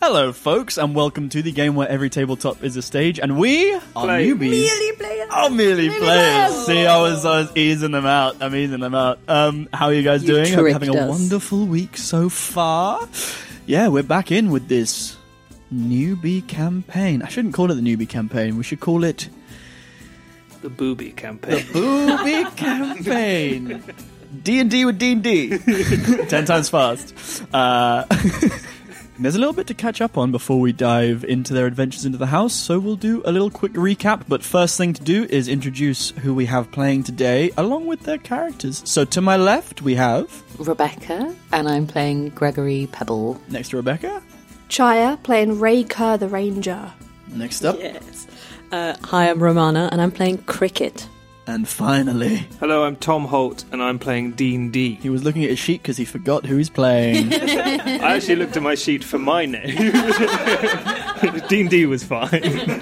Hello, folks, and welcome to the game where every tabletop is a stage, and we are Play. newbies. Merely players. Oh, merely players. See, I was, I was easing them out. I'm easing them out. Um, how are you guys You doing? Hope you're tricked having a us. wonderful week so far. Yeah, we're back in with this newbie campaign. I shouldn't call it the newbie campaign. We should call it The booby campaign. Boobie campaign. D and D with D and D. Ten times fast. Uh, there's a little bit to catch up on before we dive into their adventures into the house, so we'll do a little quick recap. But first thing to do is introduce who we have playing today, along with their characters. So to my left we have Rebecca, and I'm playing Gregory Pebble. next to Rebecca. Chaya playing Ray Kerr the Ranger. Next up, Yes. Uh, hi, I'm Romana, and I'm playing cricket. and finally, Hello, I'm Tom Holt, and I'm playing Dean D. he was looking at his sheet because he forgot who he's playing. I actually looked at my sheet for my name. Dean D was fine.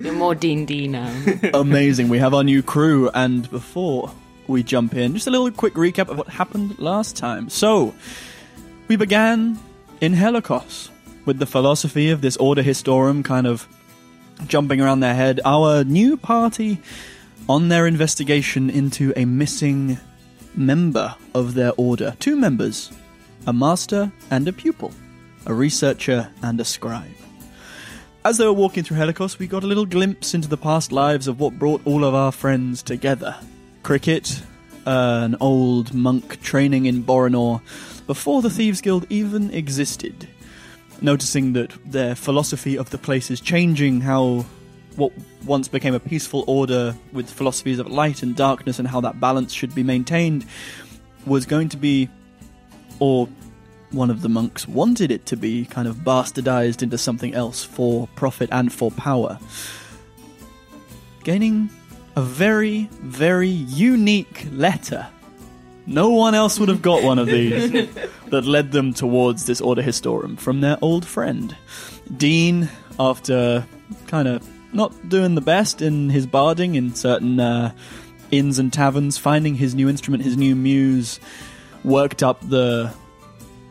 You're more D&D now. Amazing. We have our new crew, and before we jump in, just a little quick recap of what happened last time. So, we began in Helicos with the philosophy of this Order Historum kind of jumping around their head. Our new party on their investigation into a missing member of their order. Two members a master and a pupil, a researcher and a scribe. As they were walking through Helicos, we got a little glimpse into the past lives of what brought all of our friends together. Cricket, an old monk training in Boronor, before the Thieves Guild even existed. Noticing that their philosophy of the place is changing, how what once became a peaceful order with philosophies of light and darkness and how that balance should be maintained was going to be, or one of the monks wanted it to be kind of bastardized into something else for profit and for power. Gaining a very, very unique letter. No one else would have got one of these that led them towards this Order Historum from their old friend. Dean, after kind of not doing the best in his barding in certain uh, inns and taverns, finding his new instrument, his new muse, worked up the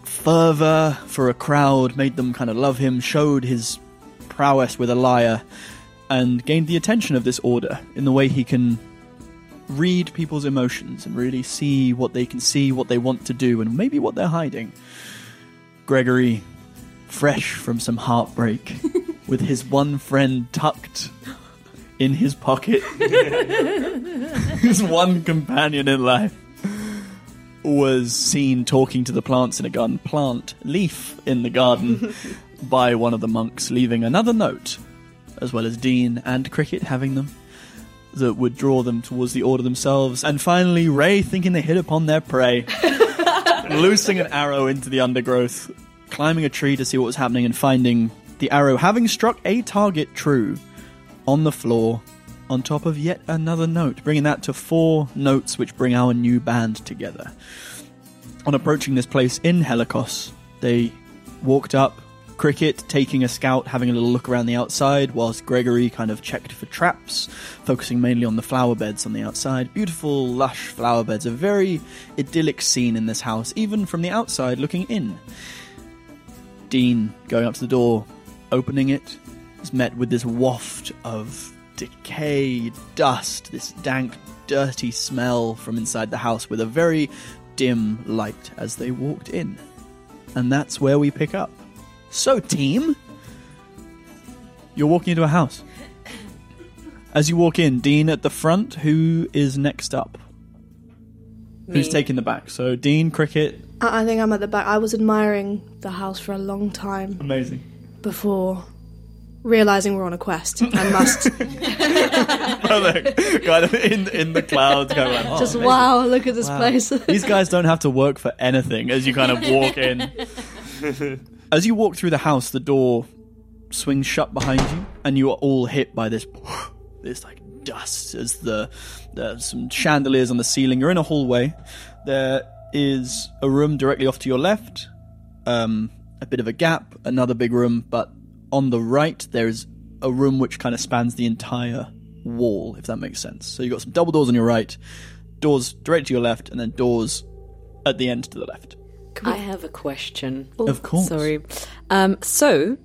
fervor for a crowd, made them kind of love him, showed his prowess with a lyre, and gained the attention of this order in the way he can read people's emotions and really see what they can see, what they want to do, and maybe what they're hiding. Gregory, fresh from some heartbreak, with his one friend tucked in his pocket, his one companion in life was seen talking to the plants in a garden, plant leaf in the garden, by one of the monks, leaving another note, as well as Dean and Cricket having them, that would draw them towards the order themselves. And finally, Ray thinking they hit upon their prey, loosing an arrow into the undergrowth, climbing a tree to see what was happening, and finding the arrow having struck a target true on the floor. On top of yet another note, bringing that to four notes, which bring our new band together. On approaching this place in Helicos, they walked up, Cricket taking a scout, having a little look around the outside, whilst Gregory kind of checked for traps, focusing mainly on the flower beds on the outside. Beautiful, lush flower beds, a very idyllic scene in this house, even from the outside looking in. Dean going up to the door, opening it, is met with this waft of decay, dust, this dank, dirty smell from inside the house with a very dim light as they walked in. And that's where we pick up. So, team, you're walking into a house. As you walk in, Dean at the front, who is next up? Who's taking the back? So, Dean, Cricket. I, I think I'm at the back. I was admiring the house for a long time Amazing. before realizing we're on a quest and must Perfect. kind of in, in the clouds. Kind of like, oh, just amazing. wow, look at this place. These guys don't have to work for anything as you kind of walk in. as you walk through the house, the door swings shut behind you, and you are all hit by this this like dust as the there's some chandeliers on the ceiling. You're in a hallway. There is a room directly off to your left. Um, a bit of a gap, another big room, but on the right there is a room which kind of spans the entire wall, if that makes sense. So you've got some double doors on your right, doors direct to your left, and then doors at the end to the left. Can I we- have a question. Of course. Oh, Sorry. Um, so,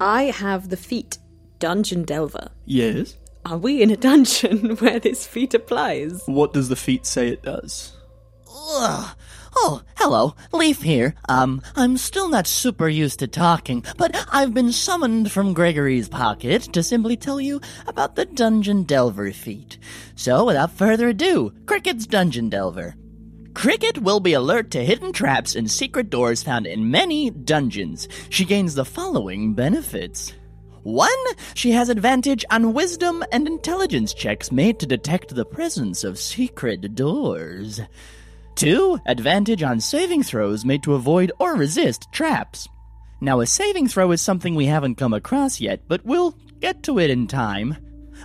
I have the feat Dungeon Delver. Yes. Are we in a dungeon where this feat applies? What does the feat say it does? Ugh. Oh, hello, Leaf here. Um, I'm still not super used to talking, but I've been summoned from Gregory's pocket to simply tell you about the Dungeon Delver feat. So, without further ado, Cricket's Dungeon Delver. Cricket will be alert to hidden traps and secret doors found in many dungeons. She gains the following benefits. One, she has advantage on wisdom and intelligence checks made to detect the presence of secret doors. 2. Advantage on saving throws made to avoid or resist traps. Now, a saving throw is something we haven't come across yet, but we'll get to it in time.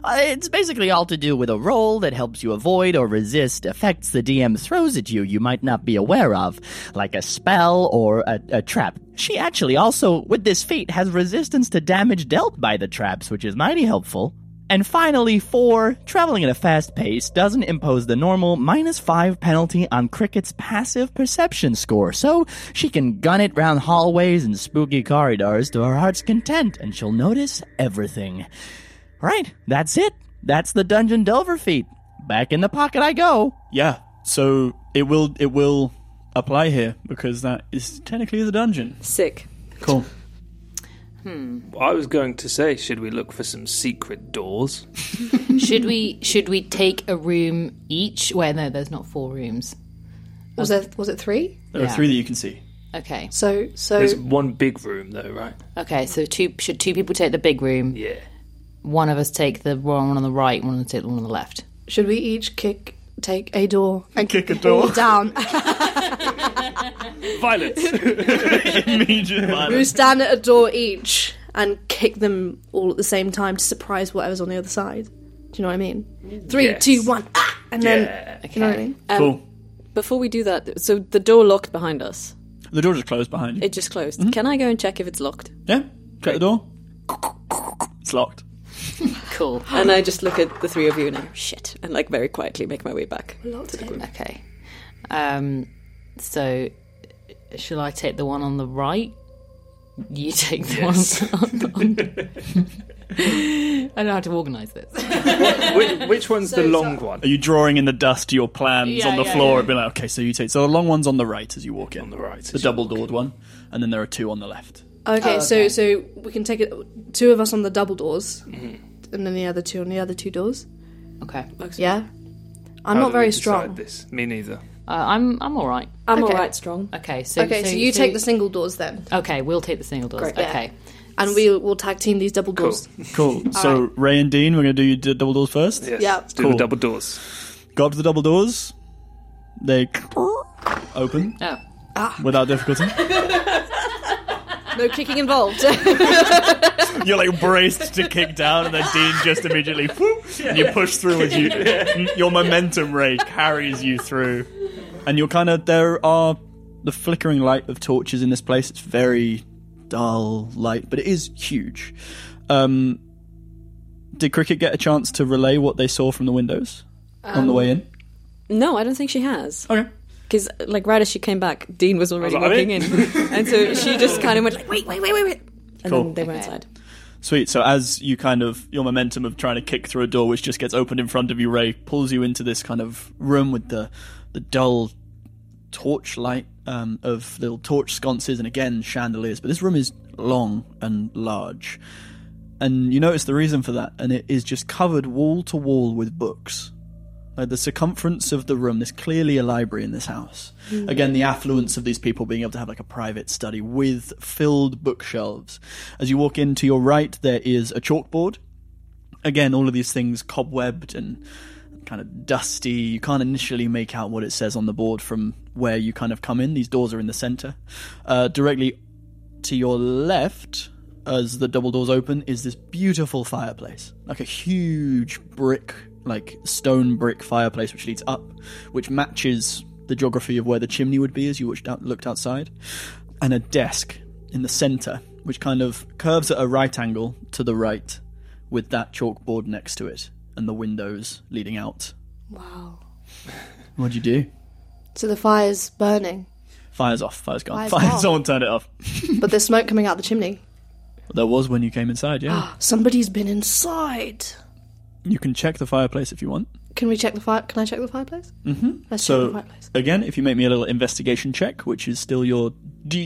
Uh, It's basically all to do with a roll that helps you avoid or resist effects the DM throws at you you might not be aware of, like a spell or a, a trap. She actually also, with this feat, has resistance to damage dealt by the traps, which is mighty helpful. And finally, four, traveling at a fast pace doesn't impose the normal minus five penalty on Cricket's passive perception score, so she can gun it round hallways and spooky corridors to her heart's content, and she'll notice everything. Right, that's it. That's the Dungeon Delver feat. Back in the pocket I go. Yeah. So it will it will apply here because that is technically the dungeon. Sick. Cool. I was going to say, should we look for some secret doors? should we should we take a room each? Wait, no, there's not four rooms. was there was it three? There are Yeah. three that you can see. Okay. So so There's one big room, though, right? Okay, so two should two people take the big room? Yeah. One of us take the one on the right, one on the one on the left. should we each kick take a door and kick a door down? Violence. we stand at a door each and kick them all at the same time to surprise whatever's on the other side. Do you know what I mean? Three, two, one, Yes. ah, and then you know what I mean. cool. Before we do that, so the door locked behind us. The door just closed behind you. It just closed. Mm-hmm. Can I go and check if it's locked? yeah. Check the door. It's locked. Cool. And I just look at the three of you and I'm shit, and like very quietly make my way back. Okay. Um, so, shall I take the one on the right? You take the one on the I don't know how to organise this. which, which one's the long one? Are you drawing in the dust your plans Yeah, on the yeah, floor? yeah. It'd be like, okay, so you take. So the long one's on the right as you walk in. On the right The as you double doored one. And then there are two on the left. Oh, Okay, so so we can take it, two of us on the double doors, and then the other two on the other two doors. Okay. Uh, Yeah, How I'm not do very we decide strong. This me neither. I'm I'm all right. I'm Okay. alright, strong. Okay. So Okay, so, you take the single doors then, Okay, we'll take the single doors. Great. Yeah. Okay. and we'll we'll tag team these double doors. Cool. so Ray and Dean, we're going to do your d- double doors first. Yes. Yeah. Let's do Cool. the double doors. Go up to the double doors. They open Oh. without difficulty. No kicking involved. You're like braced to kick down, and then Dean just immediately whoop, and you push through with you. Your momentum ray carries you through, and you're kind of there are the flickering light of torches in this place. It's very dull light, but it is huge. Um, did Cricket get a chance to relay what they saw from the windows on the way in? No, I don't think she has. Okay. Because, like, right as she came back, Dean was already I was like, walking in. and so she just kind of went, like, wait, wait, wait, wait, wait. And Cool. then they went inside. Sweet. So as you kind of your momentum of trying to kick through a door which just gets opened in front of you, Ray pulls you into this kind of room with the the dull torch light um, of little torch sconces and again chandeliers. But this room is long and large, and you notice the reason for that, and it is just covered wall to wall with books. Like uh, the circumference of the room, there's clearly a library in this house. Again, the affluence of these people being able to have like a private study with filled bookshelves. As you walk in to your right, there is a chalkboard. Again, all of these things cobwebbed and kind of dusty. You can't initially make out what it says on the board from where you kind of come in. These doors are in the center. Uh, directly to your left, as the double doors open, is this beautiful fireplace. Like a huge brick, like stone brick fireplace, which leads up, which matches the geography of where the chimney would be as you watched out, looked outside. And a desk in the center, which kind of curves at a right angle to the right, with that chalkboard next to it and the windows leading out. wow. What'd you do? So the fire's burning. Fire's off. Fire's gone. Fire's Fire. off. Someone turned it off. But there's smoke coming out the chimney. There was when you came inside. Ah. Yeah. Somebody's been inside. you can check the fireplace if you want. Can we check the fire? Can I check the fireplace? Mm-hmm. Let's check the So fireplace. again, if you make me a little investigation check, which is still your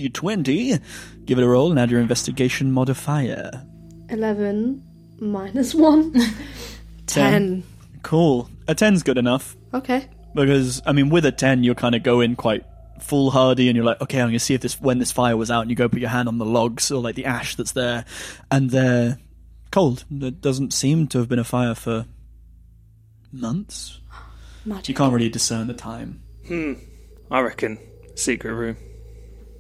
d20, give it a roll and add your investigation modifier. Eleven minus one. Ten. Cool. A 10's good enough Okay. because I mean, with a 10, you kind of go in quite foolhardy and you're like, okay, I'm gonna see if this when this fire was out, and you go put your hand on the logs or like the ash that's there, and they're cold. There doesn't seem to have been a fire for months. You Magic. can't really discern the time. I reckon secret room.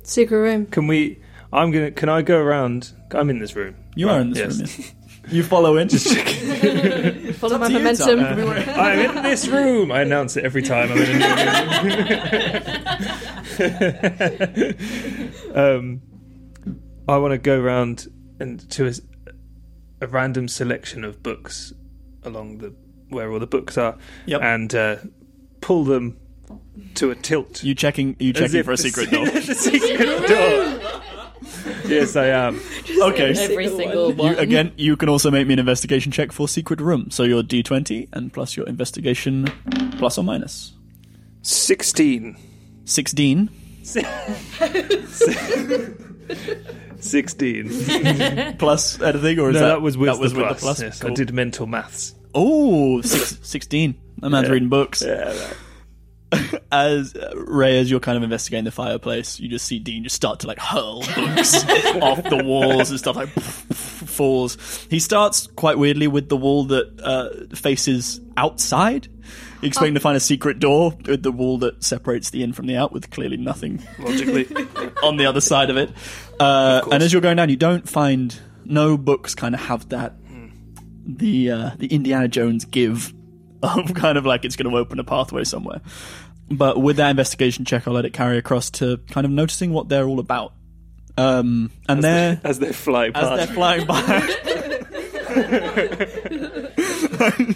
Secret room. Can we? I'm gonna. Can I go around? I'm in this room. You Right, are in this yes. room. yeah. You follow in. Just Follow my momentum. I'm in this room. I announce it every time. I'm in a new room. um, I want to go round and to a, s- a random selection of books along the where all the books are, Yep. and uh, pull them to a tilt. You checking? You as checking if for a the secret se- door? the secret door. Yes, I am. Okay. Every single one. You, again, you can also make me an investigation check for secret room. So your d20 and plus your investigation, plus or minus Sixteen. sixteen. Sixteen. Plus anything, or is No, that, that, was with, that was the, with plus. the plus? Yes, I Cool. did mental maths. Oh, six, 16. That man's reading books. as uh, Ray, as you're kind of investigating the fireplace, you just see Dean just start to like hurl books off the walls and stuff like falls. He starts quite weirdly with the wall that uh, faces outside. You're expecting to find a secret door with the wall that separates the in from the out, with clearly nothing Logically, on the other side of it. Uh, and as you're going down, you don't find no books kind of have that Hmm. the uh, the Indiana Jones give of kind of like it's going to open a pathway somewhere. But with that investigation check, I'll let it carry across to kind of noticing what they're all about. Um, and they're as they fly as past. they're flying by. yeah,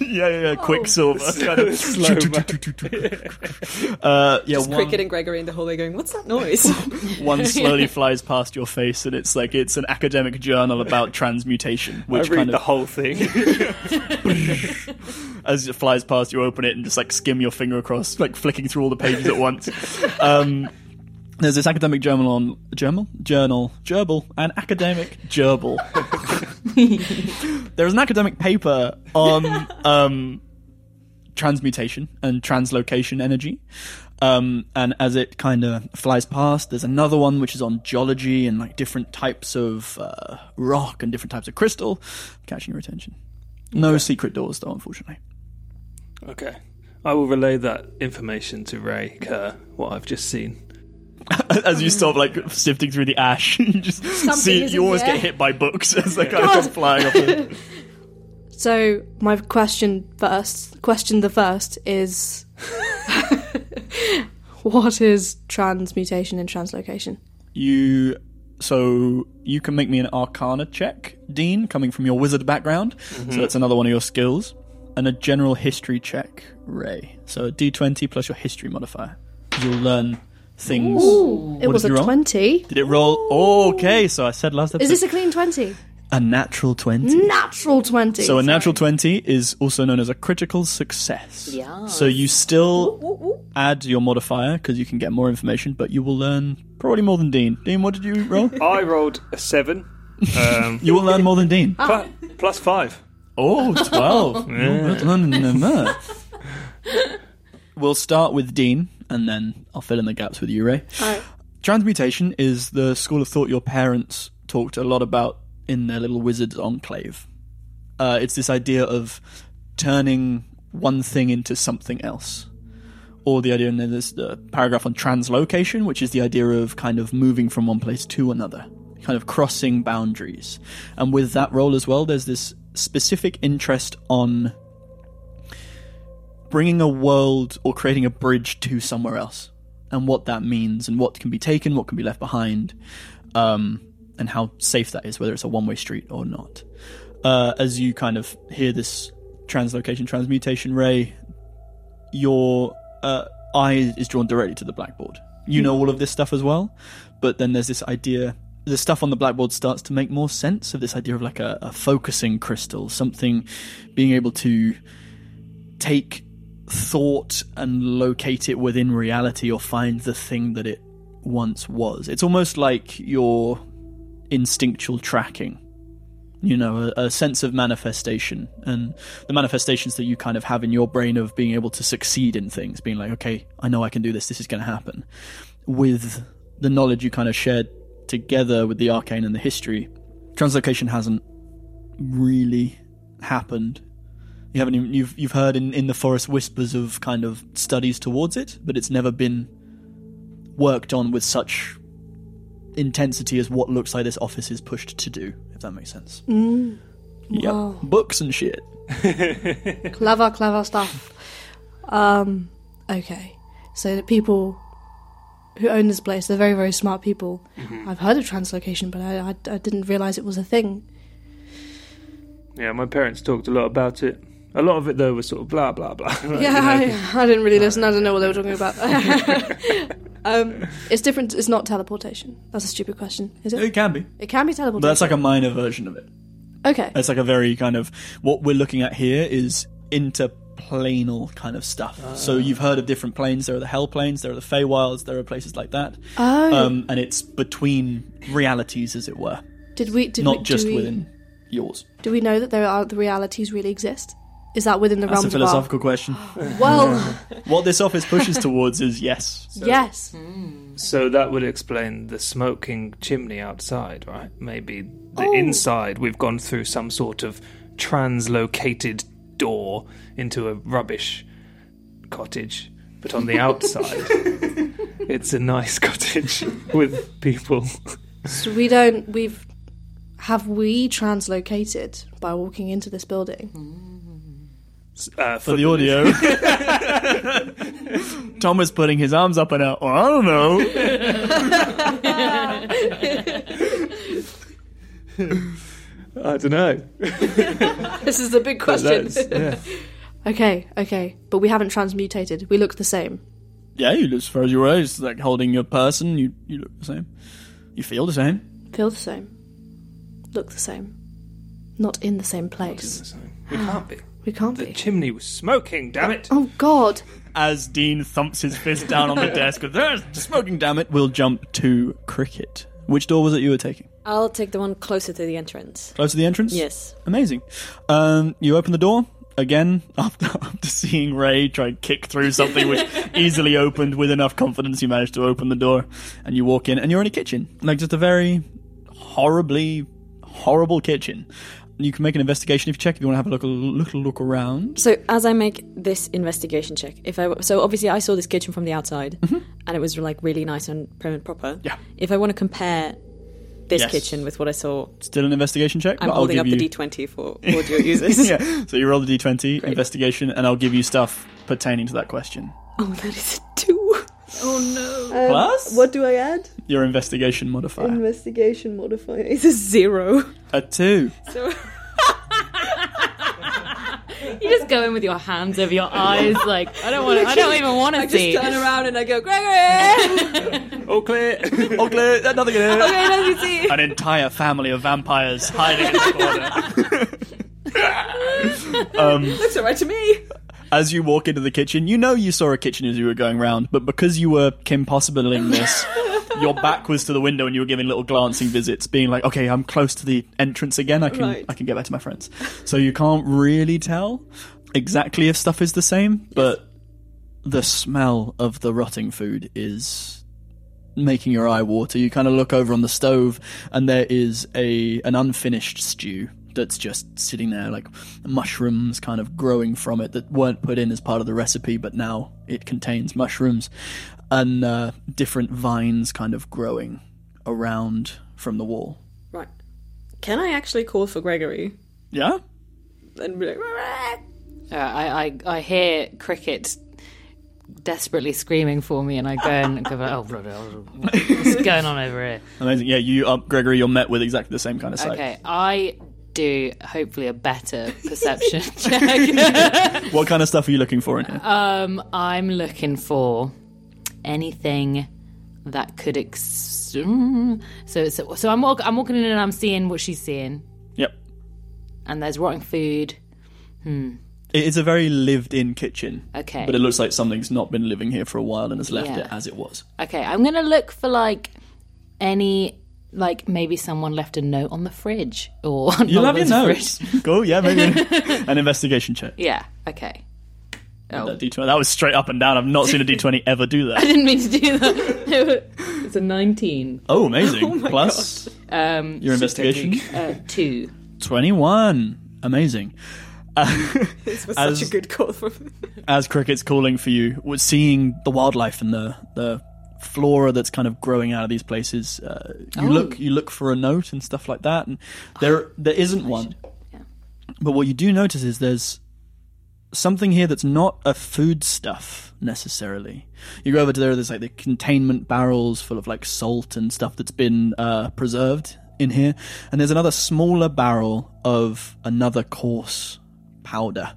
yeah, yeah, Quicksilver. Kind of Slow uh, yeah, Just one- Cricket and Gregory in the hallway going, What's that noise? one slowly flies past your face, and it's like it's an academic journal about transmutation, I which read kind the of whole thing. as it flies past, you open it and just like skim your finger across, like flicking through all the pages at once. Um, there's this academic journal on journal, journal, gerbil, an academic gerbil. there's an academic paper on um, transmutation and translocation energy. Um, and as it kind of flies past, there's another one which is on geology and like different types of uh, rock and different types of crystal. Catching your attention. No secret doors, though, unfortunately. okay, I will relay that information to Ray Kerr. What I've just seen. As you stop like sifting through the ash, you just see is you in always the get air. hit by books as they kind of come flying off. The... So my question first, question the first is, what is transmutation and translocation? You so you can make me an Arcana check, Dean, coming from your wizard background. So that's another one of your skills, and a general history check, Ray. So a D20 plus your history modifier. You'll learn things. It What was did a you roll? twenty. Did it roll? Oh, okay, so I said last Is episode this a clean twenty? a natural twenty. Natural twenty. So a natural 20 is also known as a critical success. Yeah. So you still add your modifier because you can get more information, but you will learn probably more than Dean. Dean, what did you roll? I rolled a seven. Um, you will learn more than Dean. pl- plus five. Oh, 12. You'll learn than that. We'll start with Dean and then I'll fill in the gaps with you, Ray. Transmutation is the school of thought your parents talked a lot about in their little wizard's enclave. Uh, it's this idea of turning one thing into something else. Or the idea, and then there's the paragraph on translocation, which is the idea of kind of moving from one place to another, kind of crossing boundaries. And with that role as well, there's this specific interest on bringing a world or creating a bridge to somewhere else and what that means and what can be taken, what can be left behind, um, and how safe that is, whether it's a one way street or not. Uh, as you kind of hear this translocation, transmutation ray, your uh, eye is drawn directly to the blackboard you know all of this stuff as well. But then there's this idea. The stuff on the blackboard starts to make more sense of this idea of like a, a focusing crystal, something being able to take thought and locate it within reality or find the thing that it once was. It's almost like your instinctual tracking, you know, a, a sense of manifestation and the manifestations that you kind of have in your brain of being able to succeed in things, being like, okay, I know I can do this, this is going to happen. With the knowledge you kind of shared together with the arcane and the history, translocation hasn't really happened you haven't even, you've you've heard in, in the forest whispers of kind of studies towards it, but it's never been worked on with such intensity as what looks like this office is pushed to do, if that makes sense. Mm. Yep. Wow. Books and shit. Clever, clever stuff. Um, okay. So the people who own this place, they're very, very smart people. Mm-hmm. I've heard of translocation, but I, I, I didn't realise it was a thing. Yeah, my parents talked a lot about it. A lot of it though was sort of blah blah blah. Like, you Yeah, know, I, I didn't really listen. I don't know what they were talking about. um, it's different. It's not teleportation. That's a stupid question, is it? It can be. It can be But that's teleportation. like a minor version of it. okay. It's like a very kind of what we're looking at here is interplanal kind of stuff. so you've heard of different planes. There are the Hell planes. There are the Feywilds. There are places like that. Oh, Um, and it's between realities, as it were, did we? Did not we, just do we, within yours. Do we know that there are the realities really exist? Is that within the That's realm a of philosophical question. our- Well, what this office pushes towards is yes. yes. So that would explain the smoking chimney outside, right? Maybe the inside we've gone through some sort of translocated door into a rubbish cottage, but on the outside it's a nice cottage with people. uh, So we don't. We've have we translocated by walking into this building? Uh, For the audio, Tom is putting his arms up and out. Well, I don't know. I don't know. This is the big question. That's, yeah. Okay, okay. But we haven't transmutated. We look the same. Yeah, you look as far as you were. It's like holding your person. You you look the same. You feel the same. Feel the same. Look the same. Not in the same place. We can't be. We can't The be. chimney was smoking, damn it. Oh God! As Dean thumps his fist down on the desk, with, "There's smoking, damn it! We'll jump to cricket. Which door was it you were taking? I'll take the one closer to the entrance. Close to the entrance? Yes. Amazing. Um, you open the door again after, after seeing Ray try and kick through something which easily opened with enough confidence. You manage to open the door and you walk in and you're in a kitchen. Like just a very horribly horrible kitchen. You can make an investigation if you check if you want to have a look, a little look around. So as I make this investigation check, if I so obviously I saw this kitchen from the outside, and it was like really nice and prim and proper. Mm-hmm. Yeah. If I want to compare this Yes. kitchen with what I saw, Still an investigation check. I'm but I'll holding give up you- the D20 for audio users. yeah. So you roll the d20 investigation, and I'll give you stuff pertaining to that question. Oh, that is a two. Plus What do I add? your investigation modifier. Investigation modifier. It's a zero. a two. You just go in with your hands over your eyes, like I don't want. to I don't even want to see. Turn around and I go, Gregory. All clear. All Oh, clear. Nothing in here. Let me see. an entire family of vampires hiding in the corner. Looks alright to me. As you walk into the kitchen, you know you saw a kitchen as you were going round, but because you were Kim Possibling this, your back was to the window and you were giving little glancing visits, being like, "Okay, I'm close to the entrance again. I can Right. I can get back to my friends." So you can't really tell exactly if stuff is the same, but the smell of the rotting food is making your eye water. You kind of look over on the stove, and there is a an unfinished stew that's just sitting there, like mushrooms kind of growing from it that weren't put in as part of the recipe, but now it contains mushrooms and uh, different vines kind of growing around from the wall. Right. Can I actually call for Gregory Yeah. and be like, "Rah!" Uh, I, I I hear cricket desperately screaming for me, and I go and go. Oh bloody! hell, What's going on over here? Amazing. Yeah, you up, Gregory. You're met with exactly the same kind of sight. Okay, I do hopefully a better perception check. What Uh, kind of stuff are you looking for in here? Um, I'm looking for anything that could ex- mm. so so so I'm walk, I'm walking in and I'm seeing what she's seeing, Yep. and there's rotting food. It is a very lived-in kitchen. Okay. But it looks like something's not been living here for a while and has left Yeah. it as it was. Okay, I'm gonna look for like any like maybe someone left a note on the fridge or on You'll have your Oliver's notes. fridge. cool, yeah, maybe an investigation check. Yeah. Okay. Oh. That D20, that was straight up and down. I've not seen a D20 ever do I that. didn't mean to do that. it's a 19. Oh, amazing. Plus Um, your investigation. uh, two. 21. Amazing. This was As- such a good call from as cricket's calling for you, was seeing the wildlife and the the flora that's kind of growing out of these places. Uh, you look you look for a note and stuff like that, and there there isn't one. But what you do notice is there's something here that's not a foodstuff necessarily. You go over to there, there's like the containment barrels full of like salt and stuff that's been uh, preserved in here, and there's another smaller barrel of another coarse powder.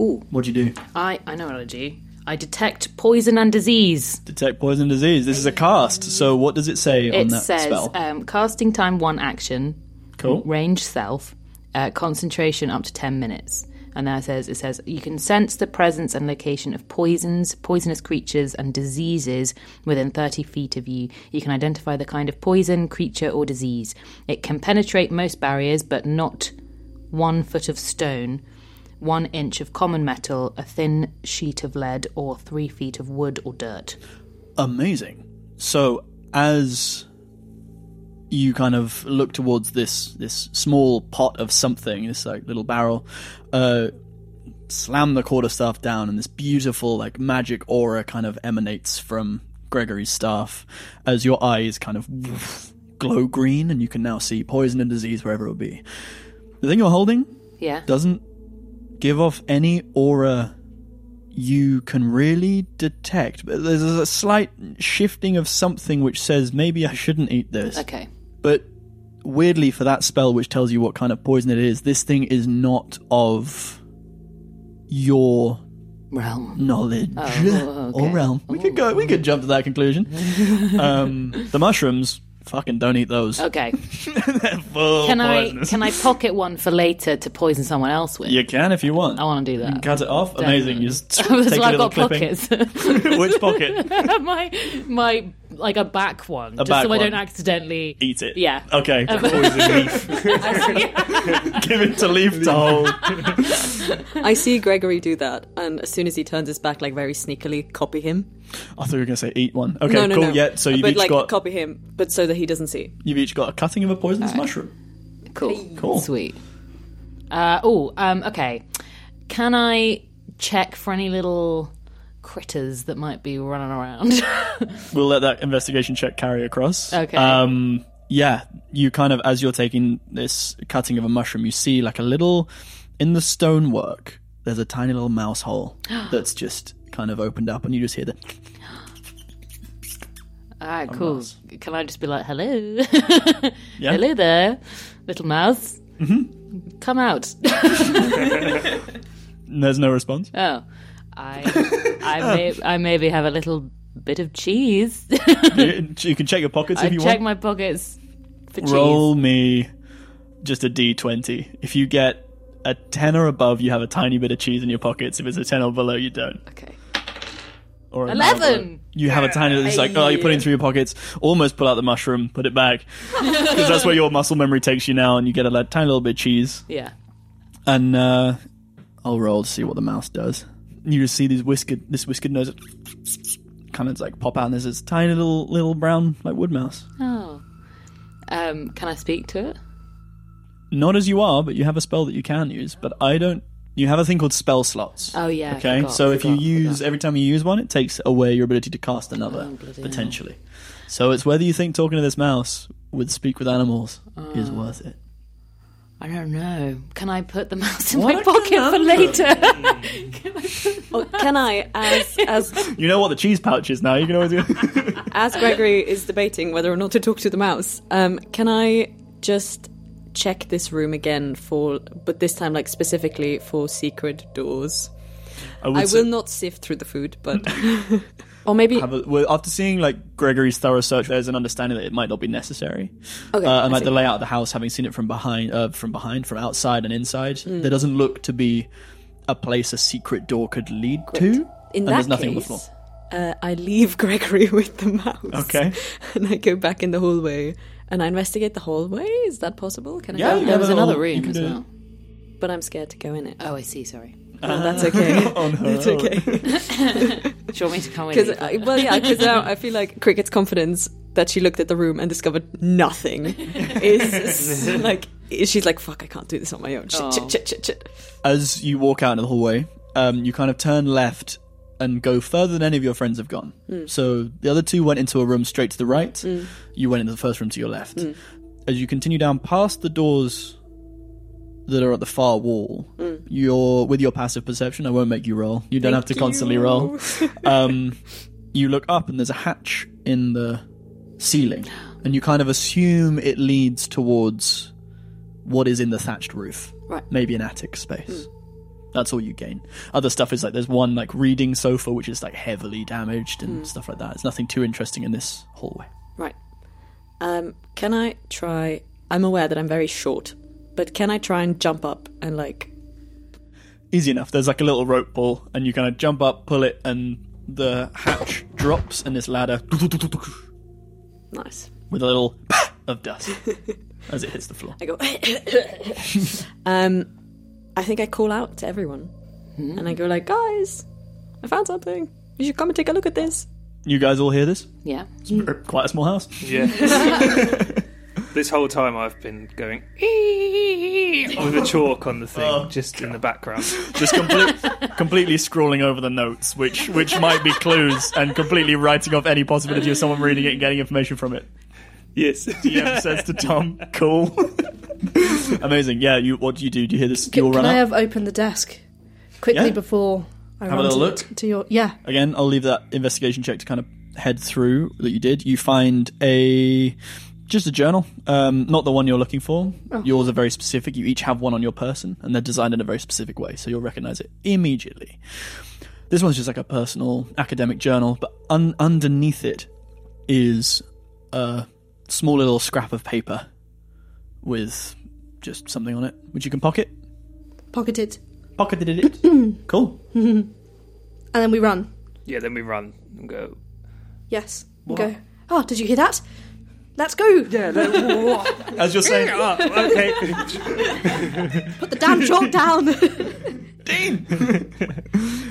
Ooh. What do you do? I, I know what I do. I detect poison and disease. Detect poison disease. This is a cast. So what does it say on It that says spell? um, casting time one action, cool. range self, uh, concentration up to 10 minutes. And then it says, it says, you can sense the presence and location of poisons, poisonous creatures, and diseases within 30 feet of you. You can identify the kind of poison, creature, or disease. It can penetrate most barriers, but not one foot of stone, one inch of common metal, a thin sheet of lead, or three feet of wood or dirt. Amazing. So as you kind of look towards this this small pot of something, this like little barrel, uh, slam the quarterstaff down, and this beautiful like magic aura kind of emanates from Gregory's staff as your eyes kind of glow green, and you can now see poison and disease wherever it would be. The thing you're holding Yeah. doesn't give off any aura you can really detect. But there's a slight shifting of something which says maybe I shouldn't eat this. Okay. But weirdly, for that spell which tells you what kind of poison it is, this thing is not of your Realm. knowledge Oh, or okay. realm. We could go. We could jump to that conclusion. um, the mushrooms. Fucking don't eat those. Okay. Full Can I poisonous. can I pocket one for later to poison someone else with? You can if you want. I want to do that. Cut it off. Amazing. You just take a That's why I've little got clipping. pockets. Which pocket? my my like a back one, just back so I don't one. E. accidentally. Eat it. Yeah. Okay. Give it to Leaf to hold. I see Gregory do that, and as soon as he turns his back, like very sneakily, copy him. I thought you were gonna say eat one. Okay. no, no, cool. no. Yeah. So you've but each like got copy him, but so that he doesn't see. you've each got a cutting of a poisonous mushroom. Cool. Cool. Sweet. Uh, oh, um, okay. Can I check for any little critters that might be running around? We'll let that investigation check carry across. Okay. Um. Yeah. You kind of as you're taking this cutting of a mushroom, you see like a little in the stonework. There's a tiny little mouse hole that's just kind of opened up, and you just hear the All right, Ah, cool. Can I just be like, hello? yeah. Hello there, little mouse. Mm-hmm. Come out. And there's no response. Oh, I, I, Oh. may, I maybe have a little bit of cheese. you, you can check your pockets I if you check want. my pockets for cheese. Roll me just a d20. If you get a 10 or above, you have a tiny bit of cheese in your pockets. If it's a 10 or below, you don't. Okay. Or a Eleven. nine or below. You have a tiny It's like, oh, you're putting it through your pockets. Almost pull out the mushroom, put it back. Because that's where your muscle memory takes you now, and you get a li- tiny little bit of cheese. Yeah. And uh, I'll roll to see what the mouse does. You just see these whiskered, this whiskered nose kind of like pop out, and there's this tiny little, little brown, like wood mouse. Oh. Um, can I speak to it? not as you are, but you have a spell that you can use. But I don't. You have a thing called spell slots. Oh, yeah, I Okay. forgot, so if you forgot, Oh, use every time you use one, it takes away your ability to cast another potentially. So it's whether you think talking to this mouse with speak with animals is Ah. worth it. I don't know. Can I put the mouse in my pocket for later? Oh, can I, as as You know what the cheese pouch is now. You can always go. as Gregory is debating whether or not to talk to the mouse, um, can I just check this room again for, but this time like specifically for secret doors? I would. I say- will not sift through the food, but Or maybe have a, well, after seeing like Gregory's thorough search, there's an understanding that it might not be necessary. Okay, uh, and I like the see. layout of the house, having seen it from behind, uh, from behind, from outside and inside, Hmm. there doesn't look to be a place a secret door could lead to. in and that there's nothing on the case, floor. Uh, I leave Gregory with the mouse. Okay. And I go back in the hallway and I investigate the hallway. Is that possible? Can I? Yeah, Ah. go you in have There there? was a little- another you room can as do it. well. But I'm scared to go in it. Oh, I see. Sorry. No, that's okay. Oh, That's okay. Do you want me to come in? Because well, yeah, because now I feel like Cricket's confidence that she looked at the room and discovered nothing is like she's like fuck. I can't do this on my own. Shit, Oh. shit, shit, shit, shit. As you walk out into the hallway, um, you kind of turn left and go further than any of your friends have gone. So the other two went into a room straight to the right. You went into the first room to your left. As you continue down past the doors that are at the far wall, you're with your passive perception. I won't make you roll. You don't have to constantly roll. Um, you look up and there's a hatch in the ceiling, and you kind of assume it leads towards what is in the thatched roof, Right. Maybe an attic space. That's all you gain. Other stuff is like there's one like reading sofa which is like heavily damaged and stuff like that. It's nothing too interesting in this hallway. Right. Um, can I try? I'm aware that I'm very short, but can I try and jump up and like? Easy enough. There's like a little rope ball, and you kind of jump up, pull it, and the hatch drops, and this ladder Nice. with a little of dust as it hits the floor. I go. um, I think I call out to everyone, and I go like, guys, I found something. You should come and take a look at this. You guys all hear this? yeah. It's quite a small house. Yeah. this whole time I've been going with a chalk on the thing, just in the background. just complete, completely scrawling over the notes, which which might be clues, and completely writing off any possibility of someone reading it and getting information from it. Yes. DM says to Tom, "Cool, amazing." Yeah, you. What do you do? Do you hear this? C- you all can run I up have opened the desk quickly Yeah. before I Have a run little to, look. to your yeah again. I'll leave that investigation check to kind of head through that you did. You find a just a journal, um, not the one you're looking for. Yours are very specific. You each have one on your person, and they're designed in a very specific way, so you'll recognize it immediately. This one's just like a personal academic journal, but un- underneath it is a small little scrap of paper with just something on it, which you can pocket. pocketed, Pocketed it. cool. and then we run. Yeah, then we run and go. Yes, go. Oh, did you hear that? Let's go. As you're saying, okay. Put the damn chalk down.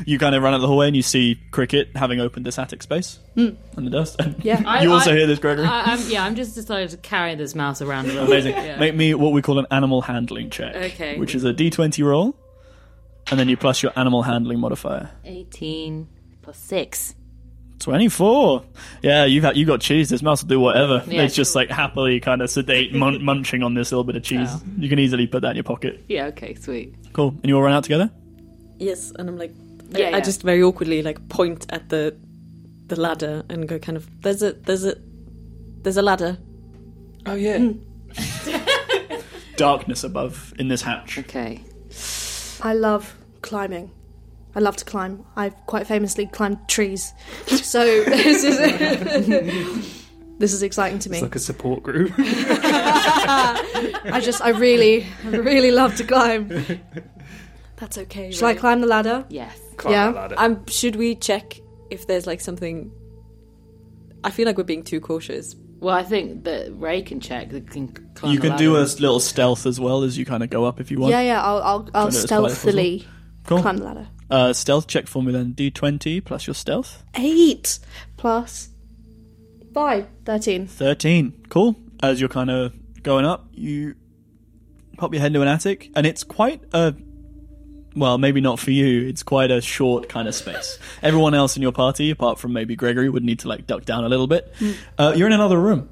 you kind of run out the hallway and you see Cricket having opened this attic space and the dust. Hmm. Yeah. I- you also I- hear this, Gregory. I, I'm, yeah, I'm just decided to carry this mouse around a little Amazing. bit. Yeah. Make me what we call an animal handling check, Okay. which is a d20 roll, and then you plus your animal handling modifier. 18 plus 6. 24. Yeah, you've had, you got cheese. This mouse will do whatever. Yeah, it's just like happily kind of sedate mun- munching on this little bit of cheese. Oh. You can easily put that in your pocket. Yeah, okay, sweet. Cool. And you all run out together? Yes, and I'm like, Yeah, I, yeah. I just very awkwardly like point at the the ladder and go kind of there's a there's a there's a ladder. Oh yeah. Darkness above in this hatch. Okay. I love climbing. I love to climb. I've quite famously climbed trees, so this is this is exciting to me. It's like a support group. I just, I really, I really love to climb. That's okay. Shall I climb the ladder? Yes. Climb Yeah, the ladder. Um, should we check if there's like something? I feel like we're being too cautious. Well, I think that Ray can check. that Can climb You the can do a ladder. little stealth as well as you kind of go up if you want. Yeah, yeah. I'll, I'll, I'll it's quite stealthily Cool. climb the ladder. Uh, stealth check for me then. D20 plus your stealth. Eight plus five, thirteen. 13. Cool. As you're kind of going up, you pop your head into an attic, and it's quite a. Well, maybe not for you. It's quite a short kind of space. Everyone else in your party, apart from maybe Gregory, would need to like duck down a little bit. Uh, you're in another room.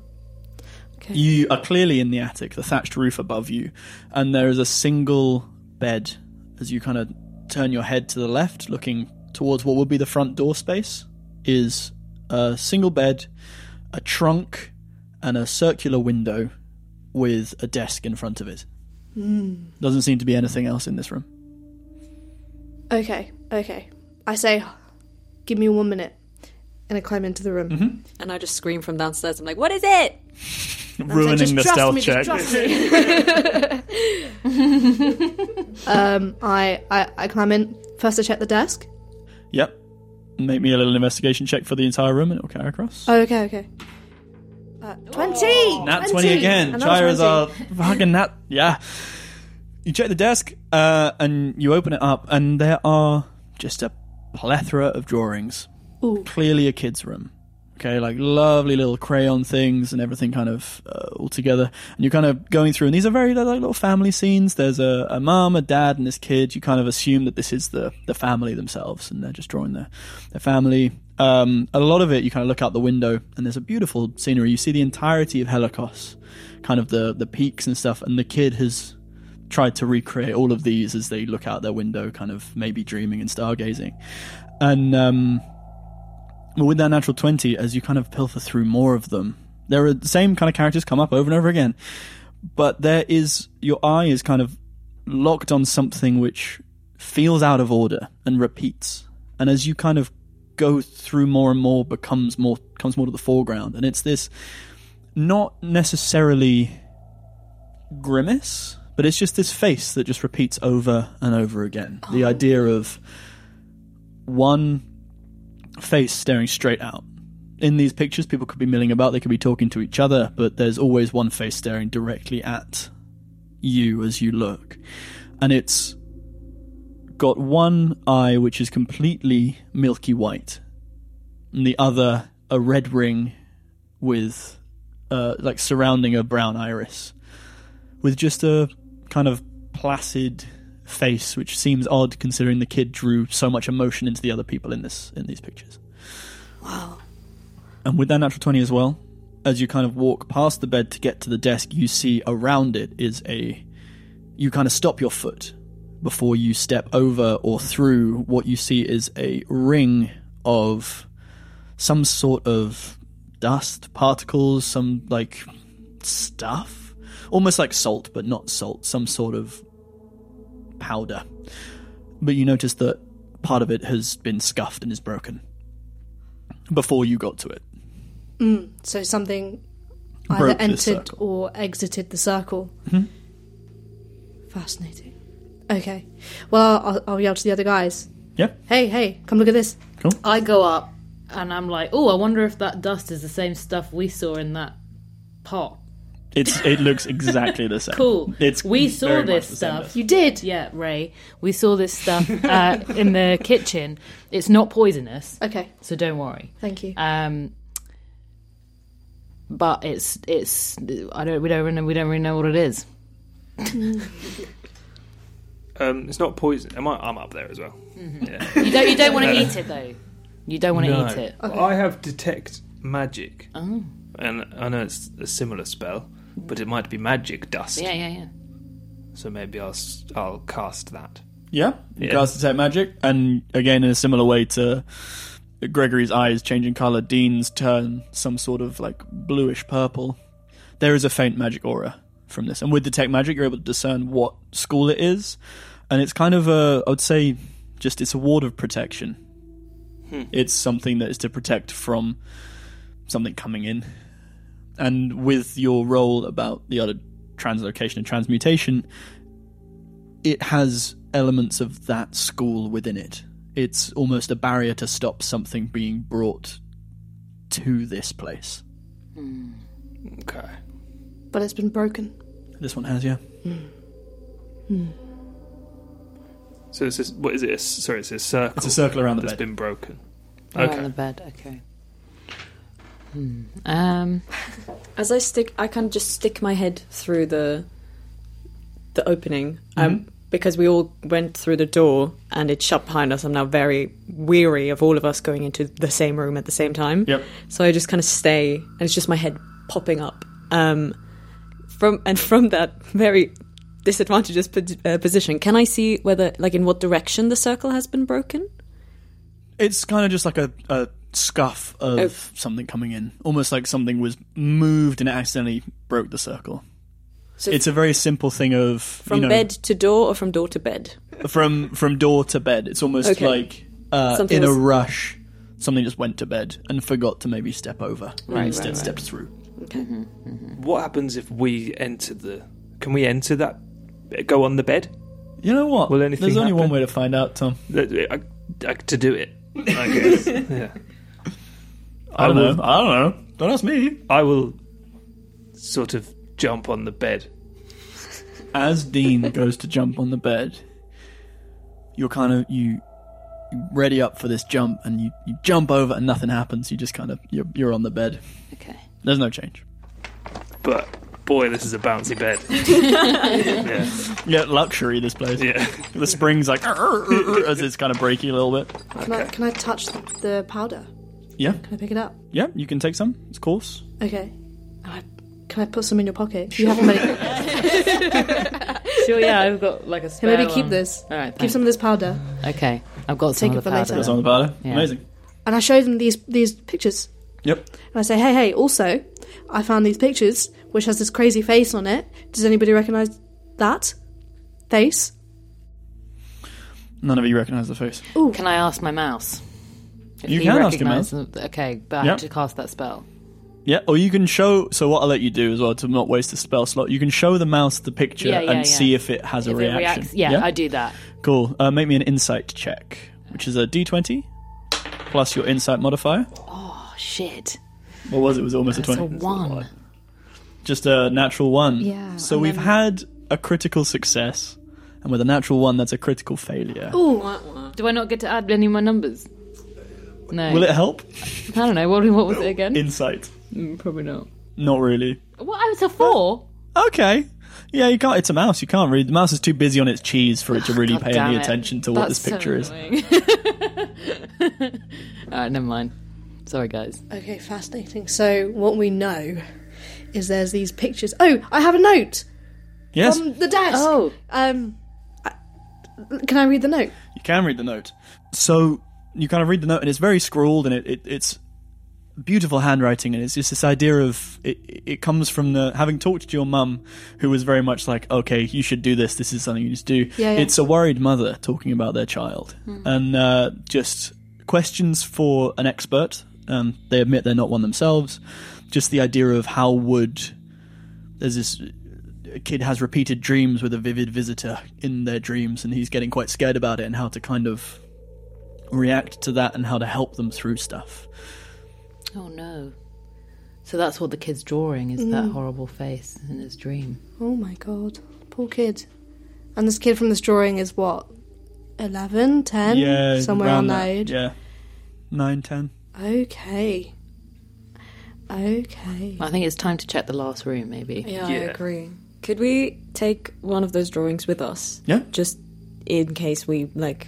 Okay. You are clearly in the attic, the thatched roof above you, and there is a single bed as you kind of turn your head to the left, looking towards what would be the front door space. Is a single bed, a trunk, and a circular window with a desk in front of it. Doesn't seem to be anything else in this room. Okay, okay. I say, give me one minute. and I climb into the Mm-hmm. room. And I just scream from downstairs. I'm like, what is it? Ruining Just the trust stealth me, check. just trust me. um, I, I I climb in first. I check the desk. Yep. Make me a little investigation check for the entire room and it'll carry across. Oh, okay, okay. Uh, Twenty. Nat 20 again. Another Gyra's are fucking nat. Yeah. You check the desk uh, and you open it up, and there are just a plethora of drawings. Ooh. Clearly a kid's room. Okay, like lovely little crayon things and everything kind of uh, all together. And you're kind of going through, and these are very like, little family scenes. There's a, a mom, a dad, and this kid. You kind of assume that this is the, the family themselves, and they're just drawing their, their family. Um, a lot of it, you kind of look out the window, and there's a beautiful scenery. You see the entirety of Helicos, kind of the, the peaks and stuff, and the kid has tried to recreate all of these as they look out their window, kind of maybe dreaming and stargazing. And um, well, with that natural 20, as you kind of pilfer through more of them, there are the same kind of characters come up over and over again. But there is, your eye is kind of locked on something which feels out of order and repeats. And as you kind of go through more and more, becomes more, comes more to the foreground. And it's this not necessarily grimace, but it's just this face that just repeats over and over again. The idea of one face staring straight out. In these pictures, people could be milling about, they could be talking to each other, but there's always one face staring directly at you as you look. And it's got one eye which is completely milky white, and the other a red ring with, uh, like, surrounding a brown iris, with just a kind of placid face, which seems odd considering the kid drew so much emotion into the other people in this in these pictures. Wow. And with that natural twenty as well, as you kind of walk past the bed to get to the desk, you see around it is a you kind of stop your foot before you step over or through what you see is a ring of some sort of dust particles, some like stuff. Almost like salt, but not salt, some sort of powder. But you notice that part of it has been scuffed and is broken before you got to it. So something Broke either the entered circle. or exited the circle. Mm-hmm. Fascinating. Okay. Well, I'll, I'll yell to the other guys. Yeah. Hey, hey, come look at this. I go up and I'm like, oh, I wonder if that dust is the same stuff we saw in that pot. It's it looks exactly the same. Cool. It's we saw Mm, very much this the same stuff. dust. You did, yeah, Ray. We saw this stuff uh, in the kitchen. It's not poisonous, Okay, so don't worry. thank you. Um, but it's it's I don't we don't really know, we don't really know what it is. Um, it's not poison. Am I? I'm up there as well. You don't you don't want to eat it though. You don't want to No. eat it. Well, I have detect magic, Oh. and I know it's a similar spell, but it might be magic dust. Yeah, yeah, yeah. So maybe I'll s- I'll cast that. Yeah. You cast detect magic, and again in a similar way to Gregory's eyes changing color, Dean's turn some sort of like bluish purple. There is a faint magic aura from this, and with detect magic, you're able to discern what school it is, and it's kind of a I would say just it's a ward of protection. It's something that is to protect from something coming in, and with your role about the other translocation and transmutation, it has elements of that school within it. It's almost a barrier to stop something being brought to this place. Okay. but it's been broken. This one has, yeah. So it's a, what is it? A, s- sorry, it's a circle. It's a circle around the that's bed. been broken. Around Okay. the bed. Okay. Hmm. Um. As I stick, I kind of just stick my head through the the opening Mm-hmm. um, because we all went through the door and it shut behind us. I'm now very weary of all of us going into the same room at the same time. Yep. So I just kind of stay, and it's just my head popping up. Um, from and from that very disadvantageous po- uh, position, can I see whether, like, in what direction the circle has been broken? It's kind of just like a, a scuff of something coming in, almost like something was moved and it accidentally broke the circle. So it's a very simple thing of From you know, bed to door, or from door to bed? from from door to bed. It's almost Okay. like uh, Something in a was- rush. something just went to bed and forgot to maybe step over. and Right, instead right, right. stepped through. What happens if we enter the? Can we enter that? Go on the bed? You know what? Will anything There's only one happen? way to find out, Tom. I, I- to do it. I guess. yeah. I don't know. I don't know. Don't ask me. I will sort of jump on the bed. as Dean goes to jump on the bed, you're kind of you you ready up for this jump, and you, you jump over, and nothing happens. You just kind of you're, you're on the bed. Okay. There's no change. But boy, this is a bouncy bed. yeah. Yeah, luxury this place. Yeah. The springs like as it's kind of breaky a little bit. Can I can I touch the powder? Yeah, Can I pick it up? yeah, you can take some. It's coarse. Okay. Can I, can I put some in your pocket? You haven't many. Here, Sure. Yeah, I've got like a spare. maybe keep one. this. All right. keep some of this powder. thanks. Okay, I've got some Take of it the for powder. later. That's on the powder. Yeah. Amazing. And I show them these these pictures. Yep. And I say, hey, hey. Also, I found these pictures, which has this crazy face on it. Does anybody recognise that face? None of you recognize the face. Can I ask my mouse? If You he can ask your recognises them- Okay, but I Yep. have to cast that spell. Yeah, or you can show. So what I'll let you do as well to not waste a spell slot. You can show the mouse the picture Yeah, yeah, and yeah. see if it has a If it reaction. reacts, yeah, I do that. Cool. Uh, make me an insight check, which is a d20 plus your insight modifier. Oh shit! What was it? It was almost a That's a 20. one. Just a natural one. Yeah, So and we've then- had a critical success, and with a natural one, that's a critical failure. Do I not get to add any of my numbers? No. Will it help? I don't know. What, what was it again? Insight. Probably not. Not really. What? I was a four. Okay. Yeah, you can't. It's a mouse. You can't read. The mouse is too busy on its cheese for it to really Ah, God pay damn any it. attention to what this picture is. All right, never mind. Sorry, guys. Okay, fascinating. So what we know is there's these pictures. Oh, I have a note Yes, from the desk. Oh, Um, I, can I read the note? You can read the note. So you kind of read the note, and it's very scrawled, and it, it it's beautiful handwriting, and it's just this idea of it. It comes from the having talked to your mum, who was very much like, "Okay, you should do this. This is something you need to do." Yeah, Hmm. yeah. It's a worried mother talking about their child, and uh, just questions for an expert. Um, they admit they're not one themselves. Just the idea of how would there's this a kid has repeated dreams with a vivid visitor in their dreams and he's getting quite scared about it and how to kind of react to that and how to help them through stuff oh no. So that's what the kid's drawing is Mm. that horrible face in his dream. Oh my god, poor kid. And this kid from this drawing is what, 11, 10? yeah somewhere around on that that. age. yeah nine ten Okay. Okay. I think it's time to check the last room, maybe. Yeah, I Yeah. agree. Could we take one of those drawings with us? Yeah. Just in case we like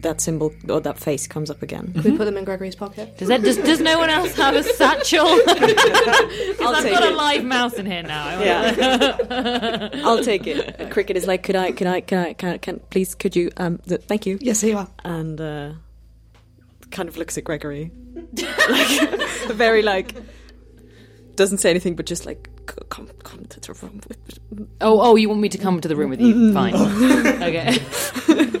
that symbol or that face comes up again. We put them in Gregory's pocket. Does, that, does, does no one else have a satchel? Because I'll I've take got a it. live mouse in here now. I Yeah. I'll take it. Cricket is like, could I? Can I? Can I? Can? I- Can? Please, could you? Um, th- thank you. Yes, you are. And uh, kind of looks at Gregory, like, very like, doesn't say anything, but just like, "C- come, come to the room with me." Oh, oh, you want me to come to the room with you? Fine. okay.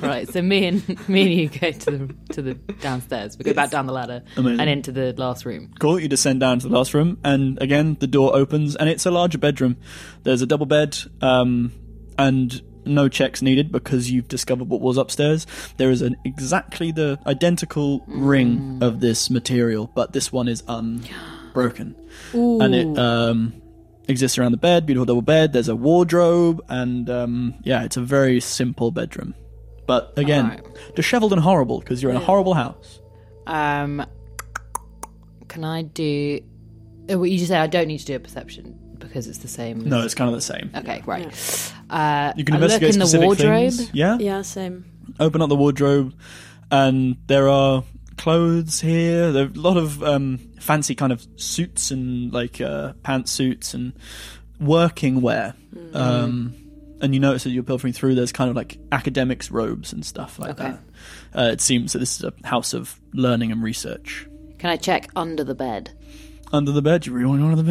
right. So me and me and you go to the to the downstairs. We go back down the ladder Amazing. and into the last room. cool you descend down to the last room and again the door opens and it's a larger bedroom there's a double bed um, and no checks needed because you've discovered what was upstairs there is an exactly the identical ring of this material but this one is unbroken and it um, exists around the bed beautiful double bed there's a wardrobe and um, yeah it's a very simple bedroom but again disheveled and horrible because you're in a horrible house Um, can I do? Oh, well, you just say I don't need to do a perception because it's the same. no it's kind of the same Okay. Right. Uh, You can I look investigate in the specific wardrobe. things. Yeah? Yeah, same. Open up the wardrobe, and there are clothes here. There are a lot of um, fancy kind of suits and like uh, pantsuits and working wear. Hmm. Um, and you notice that you're pilfering through. There's kind of like academics' robes and stuff like Okay. that. Uh, it seems that this is a house of learning and research. Can I check under the bed? Under the bed, you really want to go under the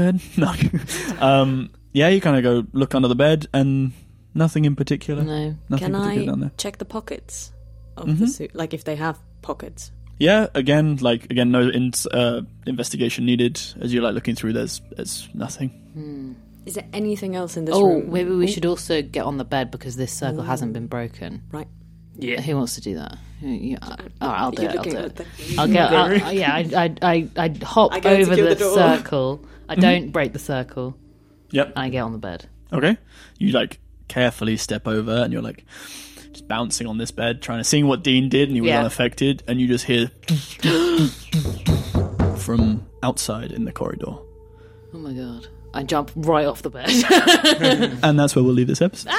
bed? No. um, yeah, you kind of go look under the bed, and nothing in particular. No. Nothing Can particular down I there. check the pockets of the suit? Like if they have pockets. Yeah, again, like again, no in, uh, investigation needed. As you're like looking through, there's there's nothing. Is there anything else in this Oh, room? maybe we should also get on the bed because this circle hasn't been broken. Right. Yeah. Who wants to do that? Who- you- I- all right, Oh, I'll do You're it. I'll looking do at it. the I'll go. I'll, I- yeah, I, I, I, I hop I go to over kill the, Mm-hmm. the door. circle. I don't break the circle, Yep. and I get on the bed. Okay. You like carefully step over, and you're like just bouncing on this bed, trying to seeing what Dean did, and you were Yeah. unaffected, and you just hear from outside in the corridor, Oh my god! I jump right off the bed. and that's where we'll leave this episode.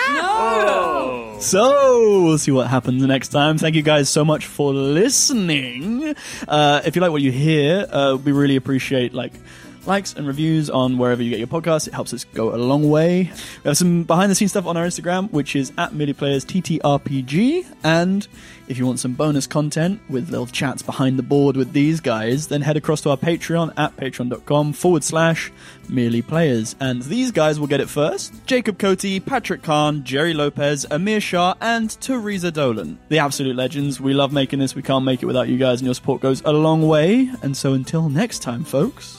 So we'll see what happens next time. Thank you guys so much for listening. Uh, if you like what you hear, uh, we really appreciate like likes and reviews on wherever you get your podcast. It helps us go a long way. We have some behind the scenes stuff on our Instagram, which is at MIDI Players TTRPG. And if you want some bonus content with little chats behind the board with these guys, then head across to our Patreon at patreon.com forward slash merely players. And these guys will get it first. Jacob Cote, Patrick Kahn, Jerry Lopez, Amir Shah, and Teresa Dolan. The absolute legends. We love making this. We can't make it without you guys, and your support goes a long way. And so until next time, folks,